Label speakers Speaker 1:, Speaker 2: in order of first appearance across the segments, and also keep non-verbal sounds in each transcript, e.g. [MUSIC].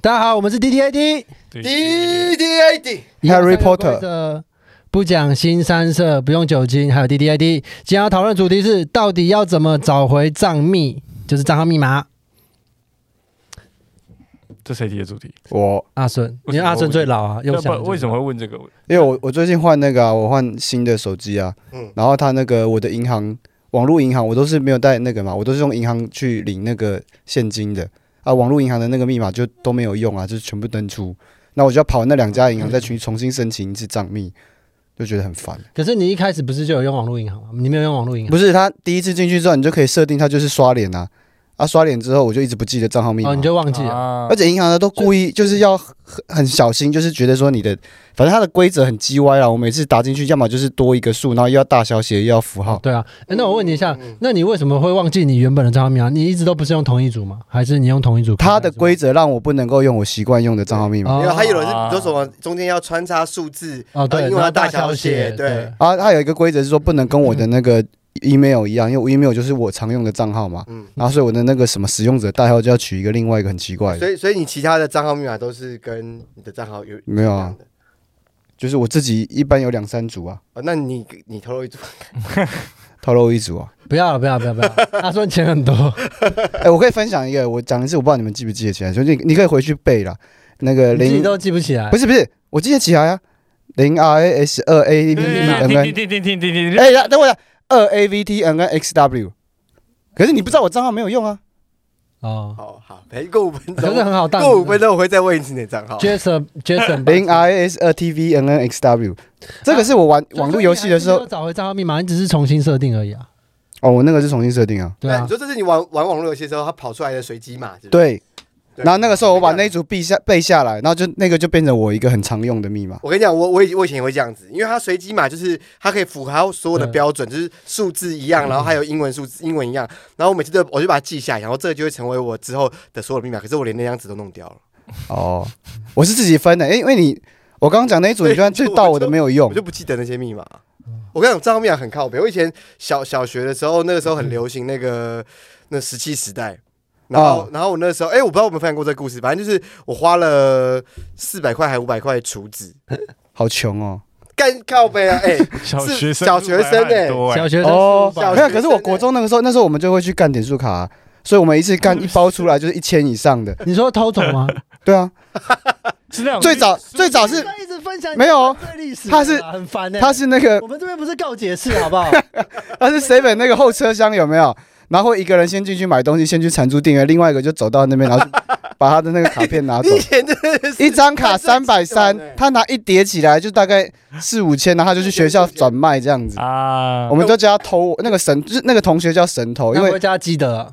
Speaker 1: 大家好，我们是 D T A D
Speaker 2: 对
Speaker 3: D D A D，
Speaker 1: Harry
Speaker 3: Harry
Speaker 1: Potter，不讲新三色，不用酒精，还有 D D A D。今天要讨论的主题是到底要怎么找回账密，就是账号密码。
Speaker 2: 这谁提的主题？
Speaker 3: 我
Speaker 1: 阿顺，因
Speaker 2: 为
Speaker 1: 为
Speaker 2: 什么
Speaker 1: 阿顺最老啊，又
Speaker 2: 那不
Speaker 1: 想
Speaker 2: 然为什
Speaker 1: 么？
Speaker 2: 么会问这个？
Speaker 4: 因为我我最近换那个、啊，我换新的手机啊，
Speaker 3: 嗯
Speaker 4: 然后它那个我的银行网络银行我都是没有带那个嘛，我都是用银行去领那个现金的啊，网络银行的那个密码就都没有用啊，就是全部登出，那我就要跑那两家银行再去重新申请一次账密，就觉得很烦。
Speaker 1: 可是你一开始不是就有用网络银行吗？你没有用网络银行
Speaker 4: 不是，他第一次进去之后，你就可以设定它就是刷脸啊，啊刷脸之后我就一直不记得账号密码，
Speaker 1: 哦，你就忘记了。
Speaker 2: 啊
Speaker 4: 而且银行呢都故意就是要很很小心，就是觉得说你的，反正它的规则很鸡歪啦。我每次打进去，要么就是多一个数，然后又要大小写，又要符号。
Speaker 1: 对啊，诶那我问你一下
Speaker 3: 嗯嗯嗯，
Speaker 1: 那你为什么会忘记你原本的账号密码？你一直都不是用同一组吗？还是你用同一组？
Speaker 4: 它的规则让我不能够用我习惯用的账号密码
Speaker 1: 哦
Speaker 3: 没有，还有人是比如说什么中间要穿插数字，
Speaker 1: 哦，对，
Speaker 3: 啊因为
Speaker 1: 然后
Speaker 3: 它大
Speaker 1: 小
Speaker 3: 小写对
Speaker 4: 啊。它有一个规则是说不能跟我的那个 email 一样，因为我 email 就是我常用的账号嘛。
Speaker 3: 嗯，
Speaker 4: 然后所以我的那个什么使用者代号就要取一个另外一个很奇怪
Speaker 3: 所
Speaker 4: 的，
Speaker 3: 以所以你其他的账号密码都是跟你的账号有
Speaker 4: 没有
Speaker 3: 一
Speaker 4: 啊
Speaker 3: 样的
Speaker 4: 就是我自己一般有两三组啊，
Speaker 3: 哦，那你你透露一组，
Speaker 4: 透露一组啊。
Speaker 1: 不要了，不要了，不要了，不要了。他说钱很多，
Speaker 4: 哎、我可以分享一个，我讲一次，我不知道你们记不记得起来，就你你可以回去背啦。那个
Speaker 1: 你自己
Speaker 4: 零
Speaker 1: 都记不起来
Speaker 4: 不。是不是，我记得起来啊，零 R A S 二 A V T
Speaker 2: 对
Speaker 4: N
Speaker 2: 停
Speaker 4: N，
Speaker 2: 停停停停
Speaker 3: [LAUGHS]
Speaker 2: 停停！
Speaker 4: 哎，等我一下，二 A V T N N X W，可是你不知道我账号没有用啊，
Speaker 1: 哦，
Speaker 3: 好好，陪过五
Speaker 1: [LAUGHS]
Speaker 3: 分
Speaker 1: 可是
Speaker 3: 钟，
Speaker 1: 很好当。
Speaker 3: 过五分钟我会再问一次你的账
Speaker 4: [LAUGHS]
Speaker 3: 号。
Speaker 1: Jason Jason
Speaker 4: 零 R A S 二 T V N N X W，这个是我玩啊网络游戏的时
Speaker 1: 所以你还是没有
Speaker 4: 候，
Speaker 1: 找回账号密码，你只是重新设定而已啊。
Speaker 4: 哦，我那个是重新设定啊，
Speaker 1: 对
Speaker 3: 那
Speaker 1: 啊
Speaker 3: 你，说这是你玩玩网络游戏的时候，它跑出来的随机码，是不是
Speaker 4: 对，然后那个时候我把那一组背下背下来，然后就那个就变成我一个很常用的密码，
Speaker 3: 我跟你讲，我我以我以前也会这样子，因为它随机码就是它可以符合它所有的标准，就是数字一样，然后还有英文数字英文一样，然后我每次都我就把它记下来，然后这个就会成为我之后的所有的密码。可是我连那张纸都弄掉了，
Speaker 4: 哦，我是自己分的，哎，因为你我刚刚讲那一组，你居然
Speaker 3: 对
Speaker 4: 去
Speaker 3: 就
Speaker 4: 盗我的没有用
Speaker 3: 我就，不记得那些密码。我跟你讲，账号密码很靠北。我以前小小学的时候，那个时候很流行那个那石器时代。然后
Speaker 4: 哦，
Speaker 3: 然后我那时候，哎，我不知道我们分享过这个故事，反正就是我花了四百块还五百块储值，
Speaker 4: 好穷哦，
Speaker 3: 干靠背啊，哎，
Speaker 2: 小学生，
Speaker 3: 小学生欸
Speaker 2: 啊
Speaker 1: 小学生
Speaker 4: 哦，
Speaker 3: 400
Speaker 4: 没有，可是我
Speaker 3: 欸
Speaker 4: 国中那个时候，那时候我们就会去干点数卡啊、所以我们一次干一包出来就是一千以上的。
Speaker 1: 你说偷走吗？
Speaker 4: 对啊，
Speaker 2: 是那种
Speaker 4: 最早 [LAUGHS] 最早是
Speaker 1: 一直分享
Speaker 4: 没有
Speaker 1: 历史啊
Speaker 4: 他是
Speaker 1: 很烦的
Speaker 4: 它是那个
Speaker 1: 我们这边不是告解释好不好？
Speaker 4: 它是 seven 那个后车厢有没有？然后一个人先进去买东西，先去蟾珠店员，另外一个就走到那边，然后去把他的那个卡片拿走
Speaker 3: [LAUGHS] 你。以前真的是
Speaker 4: 一张卡三百三
Speaker 3: 欸，
Speaker 4: 他拿一叠起来就大概四五千，然后他就去学校转卖这样子。
Speaker 2: 啊
Speaker 4: 我，们都叫他偷那个神，就是那个同学叫神偷， [LAUGHS] 因
Speaker 1: 那
Speaker 4: 为
Speaker 1: 我会叫他基德
Speaker 4: [CLEARS THROAT]
Speaker 1: 啊。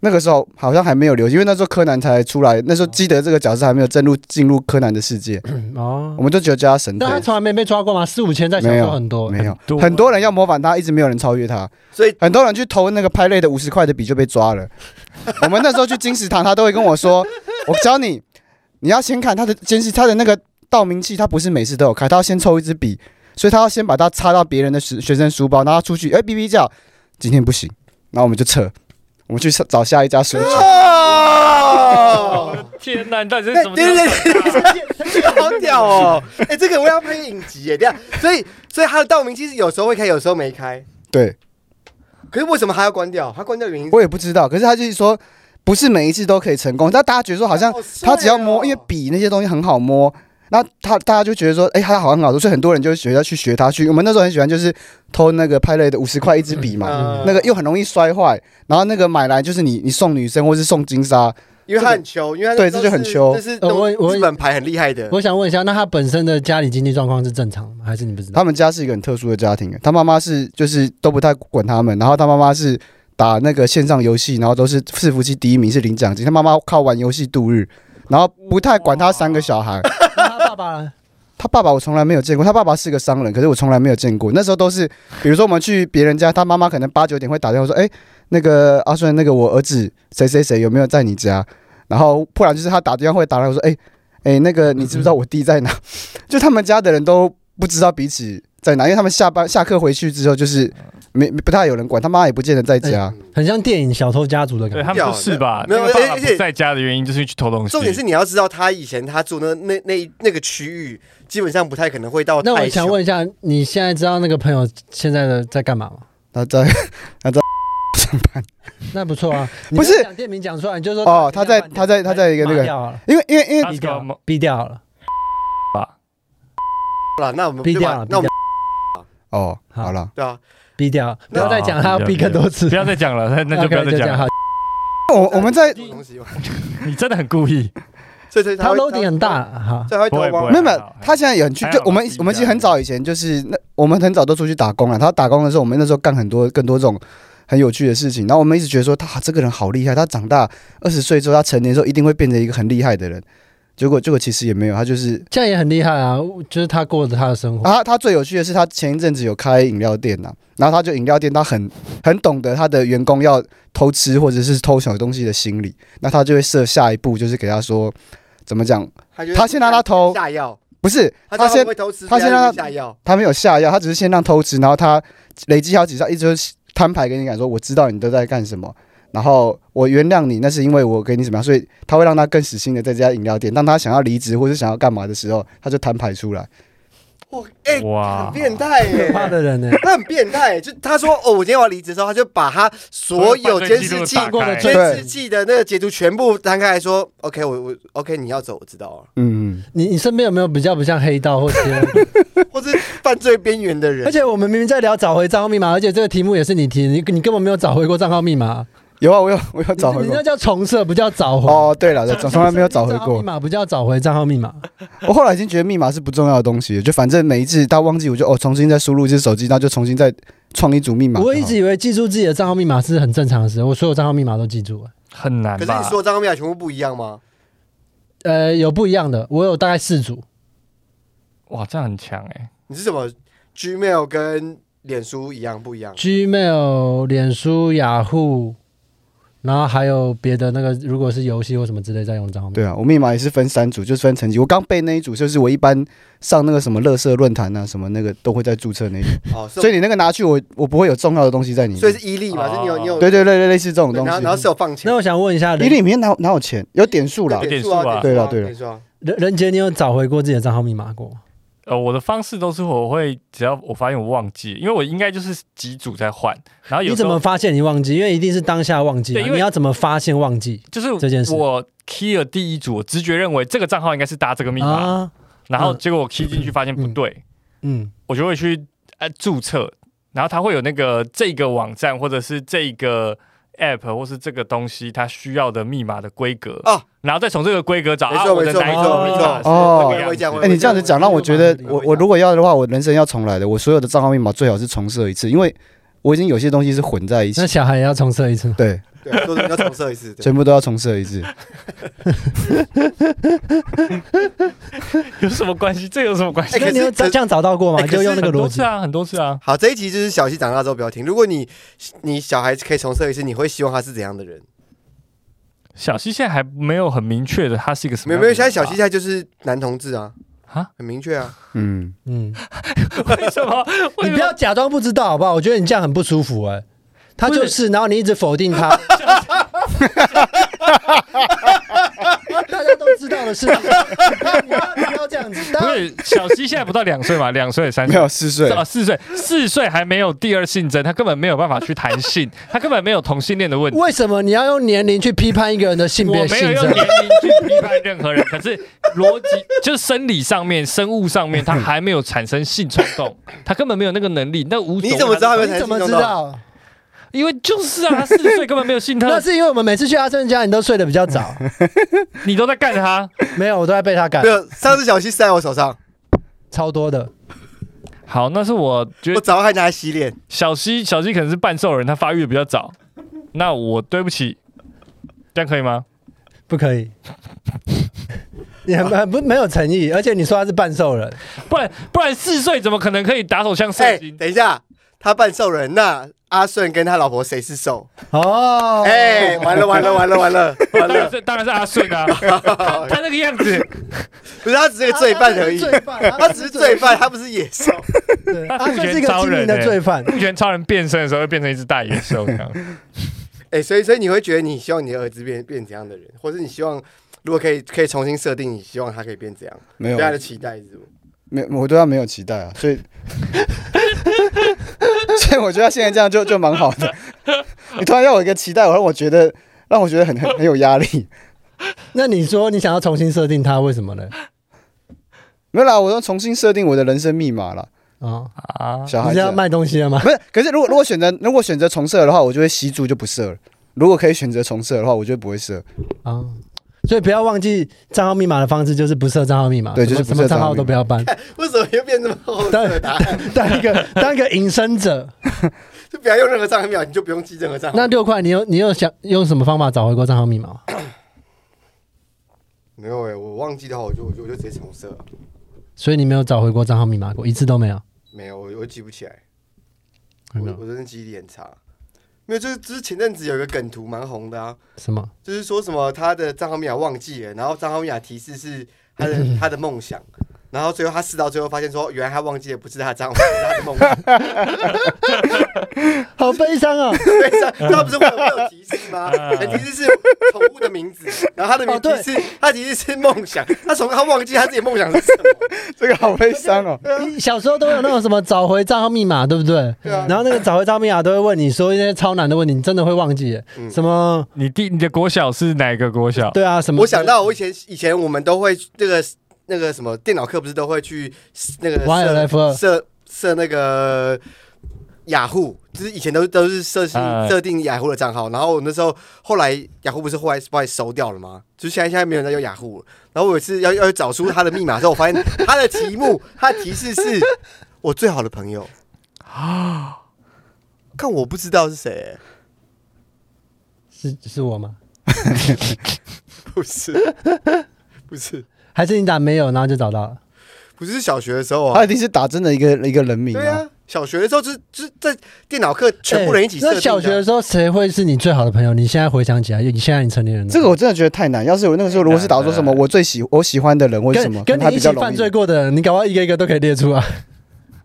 Speaker 4: 那个时候好像还没有流行，因为那时候柯南才出来，那时候基德这个角色还没有正入进入柯南的世界，
Speaker 1: 哦
Speaker 4: 我，们就觉得叫他神偷
Speaker 1: 但。他从来没被抓过吗？四五千在小
Speaker 4: 没
Speaker 1: 时
Speaker 4: 有
Speaker 1: 候很多，
Speaker 4: 没有
Speaker 2: 多，
Speaker 4: 很多人要模仿他，一直没有人超越他，
Speaker 3: 所以
Speaker 4: [LAUGHS] 很多人去投那个拍类的五十块的笔就被抓了。我们那时候去金石堂，他都会跟我说：“我教你，你要先看他的监视，他的那个盗名器，他不是每次都有开，他要先抽一支笔，所以他要先把它插到别人的学学生书包，然后他出去，哎，哔哔叫，今天不行，然后我们就撤，我们去找下一家书局。
Speaker 2: 我的天哪，你到底是什么？
Speaker 3: 对对对，这个好屌
Speaker 2: [LAUGHS]
Speaker 3: 哦！哎，这个我要拍影集耶，这样，所以所以他的道明其实有时候会开，有时候没开。
Speaker 4: 对
Speaker 3: 可是为什么还要关掉？他关掉原因是
Speaker 4: 我也不知道，可是他就是说，不是每一次都可以成功，但大家觉得说好像。
Speaker 3: 帅哦
Speaker 4: 他只要摸，因为笔那些东西很好摸，那他大家就觉得说，哎、他好像很好做，所以很多人就学要去学他去。我们那时候很喜欢就是偷那个派类的五十块一支笔嘛，
Speaker 3: 嗯
Speaker 4: 那个又很容易摔坏，然后那个买来就是你你送女生或是送金沙，
Speaker 3: 因为他很穷，因为他
Speaker 4: 对这就很穷
Speaker 3: 这是
Speaker 1: 呃我我
Speaker 3: 日本牌很厉害的。
Speaker 1: 我想问一下，那他本身的家里经济状况是正常吗？还是你不知道？
Speaker 4: 他们家是一个很特殊的家庭，他妈妈是就是都不太管他们，然后他妈妈是。打那个线上游戏，然后都是伺服器第一名是领奖金。他妈妈靠玩游戏度日，然后不太管他三个小孩，
Speaker 1: 那他爸爸呢？
Speaker 4: 他爸爸我从来没有见过，他爸爸是个商人，可是我从来没有见过。那时候都是，比如说我们去别人家，他妈妈可能八九点会打电话说：“哎、那个阿顺，那个我儿子谁谁谁有没有在你家？”然后 [LAUGHS] 不然就是他打电话会打来我说：“哎、哎、那个你知不知道我弟在哪？”就他们家的人都不知道彼此在哪，因为他们下班下课回去之后就是嗯没没不太有人管，他妈也不见得在家。
Speaker 1: [LAUGHS] 很像电影《小偷家族》的感
Speaker 2: 对
Speaker 1: 觉。
Speaker 2: 他们不是吧？
Speaker 3: 没有
Speaker 2: 那个爸爸
Speaker 3: 而且
Speaker 2: 不在家的原因就是去偷东西。
Speaker 3: 重点是你要知道，他以前他住那那那那个区域，基本上不太可能会到
Speaker 1: 那我
Speaker 3: 太
Speaker 1: 想
Speaker 3: 凶
Speaker 1: 问一下，你现在知道那个朋友现在的在干嘛吗？
Speaker 4: 他 [LAUGHS] 在他在上班，
Speaker 1: 那不错啊，
Speaker 4: 不是
Speaker 1: 你要讲店名讲出来，你就说
Speaker 4: 哦他在他在他在一个那个
Speaker 1: 骂掉好了，
Speaker 4: 因为因为因为
Speaker 2: 他
Speaker 1: 逼
Speaker 2: 是个
Speaker 1: 掉，逼掉好了，
Speaker 3: 了，那我们
Speaker 1: 逼
Speaker 3: 就
Speaker 1: 掉
Speaker 3: 把
Speaker 1: 了，
Speaker 3: 那我
Speaker 1: 逼
Speaker 3: 们
Speaker 1: 掉
Speaker 4: 哦
Speaker 1: 好
Speaker 4: 好了，
Speaker 3: 对啊，
Speaker 1: 逼掉，不要再讲他
Speaker 2: 好
Speaker 1: 要逼更多次
Speaker 2: 不，要再讲了，那
Speaker 3: [LAUGHS]
Speaker 2: 那就
Speaker 1: OK，
Speaker 2: 不要再
Speaker 1: 就这
Speaker 2: 讲
Speaker 1: 样
Speaker 2: 了
Speaker 1: 好。。
Speaker 4: [LAUGHS] 我我们在
Speaker 3: 这种东西嘛，
Speaker 2: 你真的很故意，
Speaker 3: 所以所以
Speaker 1: 他
Speaker 3: 会
Speaker 1: loading 很，大，哈，
Speaker 3: 所以他会
Speaker 2: 不会
Speaker 3: 偷
Speaker 2: 不
Speaker 3: 吗
Speaker 2: 会？
Speaker 4: 没有没
Speaker 2: 还
Speaker 4: 有
Speaker 2: 好，
Speaker 4: 他现在也很去，
Speaker 2: 还好
Speaker 4: 就我们
Speaker 2: 还好
Speaker 4: 我们其实很早以前就是那我们很早都出去打工啊了。他打工的时候，我们那时候干很多更多这种很有趣的事情。然后我们一直觉得说他这个人好厉害，他长大二十岁之后，他成年之后一定会变成一个很厉害的人。结果结果其实也没有，他就是
Speaker 1: 这样也很厉害啊，就是他过着他的生活，
Speaker 4: 啊，他最有趣的是，他前一阵子有开饮料店呐、然后他就饮料店，他很很懂得他的员工要偷吃或者是偷小东西的心理，那他就会设下一步，就是给他说怎么讲，
Speaker 3: 他就
Speaker 4: 他先让他偷
Speaker 3: 下药，
Speaker 4: 不是他
Speaker 3: 他
Speaker 4: 先
Speaker 3: 先会偷吃，
Speaker 4: 他先
Speaker 3: 不然
Speaker 4: 让
Speaker 3: 就下药，
Speaker 4: 他没有下药，他只是先让偷吃，然后他累积好几下，一直就是摊牌给你讲说，我知道你都在干什么，然后我原谅你，那是因为我给你怎么样，所以他会让他更死心的在这家饮料店，当他想要离职或是想要干嘛的时候，他就摊牌出来。
Speaker 3: 哇，哎，
Speaker 2: 哇
Speaker 3: 很，变态耶
Speaker 1: 可，怕的人呢，
Speaker 3: 他很变态，就他说哦，我今天要离职的时候，他就把他所有监视器
Speaker 2: 打
Speaker 1: 过的
Speaker 2: 开
Speaker 1: 最
Speaker 3: 监视器的那个截图全部摊开来说，OK，我我 OK，你要走，我知道
Speaker 2: [LAUGHS]
Speaker 3: 了，
Speaker 4: 嗯，
Speaker 1: 你你身边有没有比较不像黑道或者？
Speaker 4: [LAUGHS]
Speaker 3: 或是犯罪边缘的人
Speaker 1: 而，且我们明明在聊找回账号密码，而且这个题目也是你提，你你根本没有找回过账号密码，
Speaker 4: 有啊，我有我有找
Speaker 1: 你
Speaker 4: 回
Speaker 1: 你
Speaker 4: 过
Speaker 1: 那。叫重设，不叫找回。
Speaker 4: 哦，对了，从从来没有找回
Speaker 1: 账号
Speaker 4: 过
Speaker 1: 密。码，不叫找回账号密码。
Speaker 4: 我后来已经觉得密码是不重要的东西了，就反正每一次他忘记，我就哦重新再输入一次手机，那就重新再创一组密码就好。
Speaker 1: 我一直以为记住自己的账号密码是很正常的事，我所有账号密码都记住了。
Speaker 2: 很难
Speaker 3: 可是
Speaker 2: 吧
Speaker 3: 你？说张妙全部不一样吗？
Speaker 1: 呃，有不一样的，我有大概四组，
Speaker 2: 哇，这样很强哎，
Speaker 3: 你是什么 Gmail 跟脸书一样不一样？
Speaker 1: Gmail、脸书、雅虎，然后还有别的那个，如果是游戏或什么之类在用账号密码。
Speaker 4: 对啊，我密码也是分三组，就是分层级。我刚背那一组，就是我一般上那个什么乐色论坛啊，什么那个都会在注册那一组。
Speaker 3: 哦，所
Speaker 4: 所以
Speaker 3: 以
Speaker 4: 你那个拿去我，我不会有重要的东西在里面。
Speaker 3: 所以是伊利嘛，
Speaker 2: 哦
Speaker 3: 是你有你有
Speaker 4: 对对对对，类似这种
Speaker 3: 对
Speaker 4: 东西。
Speaker 3: 然后然后是有放钱
Speaker 1: 那，我想问一下，
Speaker 4: 你
Speaker 1: 任
Speaker 4: 里面哪有哪有钱？有点数啦
Speaker 3: 有。
Speaker 2: 点
Speaker 3: 数
Speaker 2: 数啊
Speaker 3: 啊，
Speaker 4: 对
Speaker 3: 了
Speaker 4: 啦对啦
Speaker 3: 了，了
Speaker 1: 任任杰，你有找回过自己的账号密码过吗？
Speaker 2: 呃，我的方式都是我会，只要我发现我忘记，因为我应该就是几组在换，然后
Speaker 1: 你
Speaker 2: 有时
Speaker 1: 怎么
Speaker 2: 候
Speaker 1: 发现你忘记？因为一定是当下忘记嘛。
Speaker 2: 对因为
Speaker 1: 你要怎么发现忘记
Speaker 2: 就是
Speaker 1: 这件事
Speaker 2: 我 key 了第一组，我直觉认为这个账号应该是搭这个密码，
Speaker 1: 啊？
Speaker 2: 然后
Speaker 1: 嗯
Speaker 2: 结果我 key 进去发现不对，
Speaker 1: 嗯，
Speaker 2: 我就会去呃注册，然后它会有那个这个网站或者是这个 app 或是这个东西它需要的密码的规格
Speaker 3: 哦
Speaker 2: 然后再从这个规格找
Speaker 3: 没
Speaker 2: 啊
Speaker 3: 错
Speaker 2: 我的
Speaker 3: 没错
Speaker 2: 哪一
Speaker 1: 没
Speaker 2: 种
Speaker 1: 错
Speaker 2: 密
Speaker 1: 没错
Speaker 2: 码是
Speaker 4: 哦
Speaker 2: 这个样子
Speaker 4: 哎、你这样子讲，让我觉得我我如果要的话，我人生要重来的。我所有的账号密码最好是重设一次，因为我已经有些东西是混在一起
Speaker 1: 那。小孩也要重设一次吗。
Speaker 4: 对，
Speaker 3: 对，说你 [LAUGHS] 要重设一次，对
Speaker 4: 全部都要重设一次。
Speaker 2: 有什么关系？这有什么关系
Speaker 3: 哎？可
Speaker 1: 那
Speaker 3: 是
Speaker 1: 你有
Speaker 3: 可
Speaker 1: 这
Speaker 3: 是
Speaker 1: 样找到过吗？
Speaker 3: 哎可是
Speaker 1: 就用那个
Speaker 2: 很
Speaker 1: 逻
Speaker 2: 多
Speaker 1: 辑
Speaker 2: 次。啊，很多次啊。
Speaker 3: 好，这一集就是小溪长大之后不要听。如果你你小孩可以重设一次，你会希望他是怎样的人？
Speaker 2: 小西现在还没有很明确的，他是一个什么
Speaker 3: 没有
Speaker 2: 样的
Speaker 3: 没有，
Speaker 2: 人吧？
Speaker 3: 现在小溪现在就是男同志啊，
Speaker 2: 啊？ [LAUGHS]
Speaker 3: 很明确啊。
Speaker 4: 嗯，
Speaker 1: 嗯，
Speaker 2: 为什么？
Speaker 1: 你
Speaker 2: 为什么
Speaker 1: 不要假装不知道好不好？我觉得你这样很不舒服哎、他就是，然后你一直否定
Speaker 2: [LAUGHS]
Speaker 1: 他。大家都知道的
Speaker 2: [LAUGHS]
Speaker 1: 事情，你不要不要这样子。
Speaker 2: 不
Speaker 1: 当然
Speaker 2: 是小西现在不到两岁嘛，两岁三
Speaker 4: 没
Speaker 2: 岁
Speaker 4: 有四岁。
Speaker 2: 啊，四岁四岁还没有第二性征，他根本没有办法去谈性，他根本没有同性恋的问题。
Speaker 1: 为什么你要用年龄去批判一个人的性
Speaker 2: 我
Speaker 1: 别
Speaker 2: 没
Speaker 1: 性
Speaker 2: 有用
Speaker 1: 征
Speaker 2: 年？龄去批判任何人，可是逻辑就是生理上面、生物上面，他还没有产生性冲动，他根本没有那个能力。那无所谓
Speaker 3: 你怎么知道他没有
Speaker 1: 你
Speaker 3: 产
Speaker 1: 怎
Speaker 3: 生
Speaker 1: 么
Speaker 3: 性
Speaker 1: 知
Speaker 3: 冲动？
Speaker 1: 道？
Speaker 2: 因为就是啊，他四岁根本没有
Speaker 3: [LAUGHS]
Speaker 2: 性
Speaker 1: 那
Speaker 2: 特，
Speaker 1: 是因为我们每次去阿正家，你都睡得比较
Speaker 2: [LAUGHS]
Speaker 1: 早。
Speaker 2: 你都在干他。
Speaker 1: 没有，我都在被他赶
Speaker 2: 哎
Speaker 3: 没，有，上次小溪塞我手上，
Speaker 1: 超多的。
Speaker 2: 好，那是我觉得
Speaker 3: 我早上还拿来洗脸。
Speaker 2: 小西，小西可能是半兽人，他发育的比较早。那我对不起，这样可以吗？
Speaker 1: 不可以。你很很不没有诚意，而且你说他是半兽人，
Speaker 2: 不然不然四岁怎么可能可以打手枪射
Speaker 3: 哎
Speaker 2: 精？，
Speaker 3: 等一下，他扮兽人，那阿顺跟他老婆谁是兽？
Speaker 1: 哦，
Speaker 3: 哎，完了完了完了
Speaker 2: [LAUGHS]
Speaker 3: 完了完
Speaker 2: 当然
Speaker 3: 了！
Speaker 2: 是当然是阿顺
Speaker 4: [LAUGHS]
Speaker 2: 啊，他他那个样子，
Speaker 3: 不是他只是个罪犯而已，
Speaker 1: 罪犯，
Speaker 3: 他只是罪犯，他不是野兽。
Speaker 2: [LAUGHS]
Speaker 1: 对，
Speaker 2: 他
Speaker 1: 他
Speaker 2: 是
Speaker 1: 就是一
Speaker 2: 原
Speaker 1: 个
Speaker 2: 招
Speaker 1: 精
Speaker 2: 人
Speaker 1: 明的
Speaker 2: 欸
Speaker 1: 罪
Speaker 2: [LAUGHS]
Speaker 1: 犯。
Speaker 2: 不觉得超人变身的时候会变成一只大野兽这样？
Speaker 3: 哎，所以所以你会觉得你希望你的儿子变变怎样的人，或者你希望如果可以可以重新设定，你希望他可以变怎样？
Speaker 4: 没有啊
Speaker 3: 对他的期待是什么？
Speaker 4: 没有，我对他没有期待啊，所以，所以我觉得他现在这样就就蛮好的。你突然要我一个期待，我让我觉得让我觉得很很很有压力。
Speaker 1: 那你说你想要重新设定他，为什么呢？
Speaker 4: 没有啦，我要重新设定我的人生密码了。
Speaker 1: 哦，
Speaker 2: 啊，
Speaker 4: 小
Speaker 1: 你
Speaker 4: 孩
Speaker 1: 是
Speaker 4: 子
Speaker 1: 要卖东西了吗？
Speaker 4: 不是，可是如果如果选择如果选择重设的话，我就会吸住就不设了。如果可以选择重设的话，我就不会设。
Speaker 1: 啊，所以不要忘记账号密码的方式就是不设账号密码，
Speaker 4: 对
Speaker 1: 什么
Speaker 4: 就是不
Speaker 1: 什么
Speaker 4: 设
Speaker 1: 账
Speaker 4: 账号
Speaker 1: 号都
Speaker 4: 密码
Speaker 1: 不要办，
Speaker 3: 为什么又变这么厚的答案？
Speaker 1: 当一个当一个隐身者。
Speaker 3: 就不要用任何账号密码，你就不用记任何账号。
Speaker 1: 那六块，你有你有想用什么方法找回过账号密码吗？
Speaker 3: 没有哎、我忘记的话，我就我就我就直接啊重设了，
Speaker 1: 所以你没有找回过账号密码过，一次都没有。
Speaker 3: 没有，我我记不起来，
Speaker 1: 有
Speaker 3: 我
Speaker 1: 没有
Speaker 3: 我真的记忆力很差。没有，就是就是前阵子有一个梗图蛮红的啊，
Speaker 1: 什么？
Speaker 3: 就是说什么他的账号密码忘记了，然后账号密码提示是他的
Speaker 1: [LAUGHS]
Speaker 3: 他的梦想，然后最后他试到最后发现说，哦原来他忘记的不是他的账号，是他的梦想。
Speaker 1: [LAUGHS] 好悲伤啊！
Speaker 3: 对，上他不是会有会有提示
Speaker 1: [LAUGHS]
Speaker 3: 吗？哎提示是宠物的名字，然后他的
Speaker 1: 哦
Speaker 3: 名
Speaker 1: 对
Speaker 3: 提示他提示是梦想，他从他忘记他自己的梦想是什么。
Speaker 4: 这个好悲伤哦。
Speaker 1: 你小时候都有那种什么找回账号密码，对不对？
Speaker 3: 对啊
Speaker 1: 然后那个找回账号密码都会问你说一些超难的问题，你真的会忘记耶。
Speaker 3: 嗯
Speaker 1: 什么？
Speaker 2: 你第你的国小是哪一个国小？
Speaker 1: 对啊，什么？
Speaker 3: 我想到我以前以前我们都会那个那个什么电脑课不是都会去那个
Speaker 1: YLF
Speaker 3: 设设设那个雅虎，就是以前都都是设定
Speaker 2: 哎
Speaker 3: 设定雅虎的账号，然后我那时候后来雅虎不是后来后来收掉了吗？就是现在现在没有人在用雅虎了。然后我有一次要要找出他的密码的时候，我发现他的题目他的提示是我最好的朋友啊，看我不知道是谁、欸
Speaker 1: 是是我吗？
Speaker 3: 不是不是
Speaker 1: 还是你打没有，然后就找到了？
Speaker 3: 不是小学的时候啊
Speaker 4: 他。一定是打真的一个一个人名
Speaker 3: 对啊，小学的时候就是就是在电脑课全部人一起
Speaker 1: 哎
Speaker 3: 设定、啊
Speaker 1: 那小学的时候，谁会是你最好的朋友？你现在回想起来，你现在你成年人了，
Speaker 4: 这个我真的觉得太难。要是我那个时候如果是打说什么我最喜我喜欢的人或者什么，
Speaker 1: 跟跟
Speaker 4: 可能还
Speaker 1: 你一
Speaker 4: 比
Speaker 1: 起
Speaker 4: 较容
Speaker 1: 犯
Speaker 4: 易
Speaker 1: 罪。过的人，你搞不好一个一个都可以列出啊。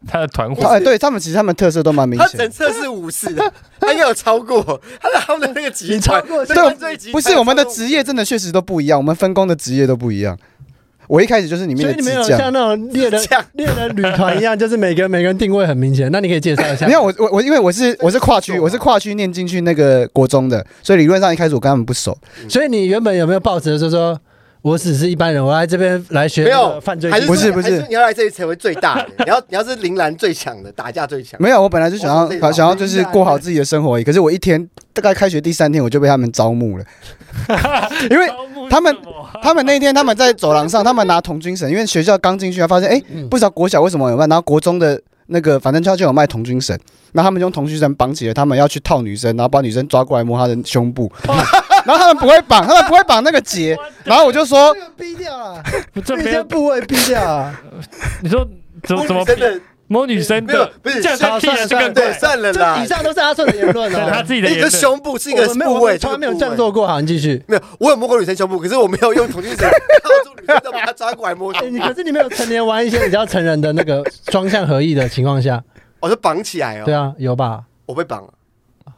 Speaker 2: 他的团
Speaker 4: 他
Speaker 2: 伙
Speaker 4: 哎，对他们其实他们特色都蛮明
Speaker 3: 他
Speaker 4: 显
Speaker 3: 整。测是五次的，他应该有超过，他的他们的那个集团，
Speaker 1: 过
Speaker 3: 这
Speaker 4: 对
Speaker 3: 犯罪集团
Speaker 4: 不是我们的
Speaker 3: 超过
Speaker 4: 职业真的确实都不一样，我们分工的职业都不一样。我一开始就是里面
Speaker 1: 所
Speaker 4: 的
Speaker 1: 以你没有
Speaker 4: 支
Speaker 1: 像
Speaker 4: 将，
Speaker 1: 那种猎人
Speaker 3: 这样
Speaker 1: 猎人旅团一样，就是每个人每个人定位很明显。那你可以介绍一
Speaker 3: [LAUGHS]
Speaker 1: 下？
Speaker 4: 没有我我我因为我是我是跨区，
Speaker 3: 做嘛
Speaker 4: 我是
Speaker 1: 啊
Speaker 4: 跨区念进去那个国中的，所以理论上一开始我跟他们不熟。
Speaker 1: 所以你原本有没有抱持就是说，我只是一般人，我来这边来学
Speaker 3: 没有
Speaker 1: 那个犯罪
Speaker 3: 还
Speaker 1: 心
Speaker 3: 是
Speaker 1: 理？
Speaker 4: 不是不
Speaker 3: 还
Speaker 4: 是
Speaker 3: 是你要来这里成为最大的，你要你要是铃兰最强的，打架最强，
Speaker 4: 没有，我本来就想
Speaker 3: 哇这
Speaker 4: 要
Speaker 3: 老
Speaker 4: 想要
Speaker 3: 兵
Speaker 4: 就是
Speaker 3: 啊
Speaker 4: 过好自己的生活而已，可是我一天大概开学第三天我就被他们招
Speaker 1: [LAUGHS]
Speaker 4: 募了，因为他们他们那天他们在走廊上，他们拿童军绳，因为学校刚进去，还发现哎、诶
Speaker 1: 嗯
Speaker 4: 不知道国小为什么有卖，然后国中的那个反正他就有卖童军绳，然后他们用童军绳绑起了，他们要去套女生，然后把女生抓过来摸她的胸部，然后他们不会绑，他们不会绑那个结，然后我就说
Speaker 1: 这个逼掉了，
Speaker 2: 这
Speaker 1: 这些
Speaker 2: 边
Speaker 1: 部位逼掉啊！
Speaker 2: 你说怎么怎么
Speaker 3: 真的
Speaker 2: 摸女生
Speaker 3: 没有
Speaker 2: 的？
Speaker 3: 不是
Speaker 2: 这样
Speaker 1: 算了
Speaker 2: 他踢的是
Speaker 1: 算了
Speaker 2: 更
Speaker 3: 对，
Speaker 2: 对，
Speaker 3: 算
Speaker 1: [LAUGHS]
Speaker 3: 了
Speaker 1: 这
Speaker 3: 啦
Speaker 1: 以。上都是阿顺的言论
Speaker 2: 他
Speaker 3: [LAUGHS]
Speaker 1: 啊。
Speaker 2: 自己的
Speaker 3: 一
Speaker 2: 言
Speaker 3: 个
Speaker 2: 论。
Speaker 3: 胸部哎是一个
Speaker 1: 我没有，
Speaker 3: 部
Speaker 1: 我
Speaker 3: 位，
Speaker 1: 们从来没有
Speaker 3: 这
Speaker 1: 这
Speaker 3: 个
Speaker 1: 样
Speaker 3: 部
Speaker 1: 做。
Speaker 3: 位
Speaker 1: 过。好，你继续。
Speaker 3: 没有，我有摸过女生胸部，可是我没有用同性绳套住女生的，把她抓过
Speaker 1: [LAUGHS]
Speaker 3: 来摸胸
Speaker 1: 哎你
Speaker 3: 部，
Speaker 1: 可是你没有成年玩一些比较成人的那个双向合意的情况下，
Speaker 3: 我是绑起来
Speaker 1: 对
Speaker 3: 哦，
Speaker 1: 啊，有吧？
Speaker 3: 我被绑了。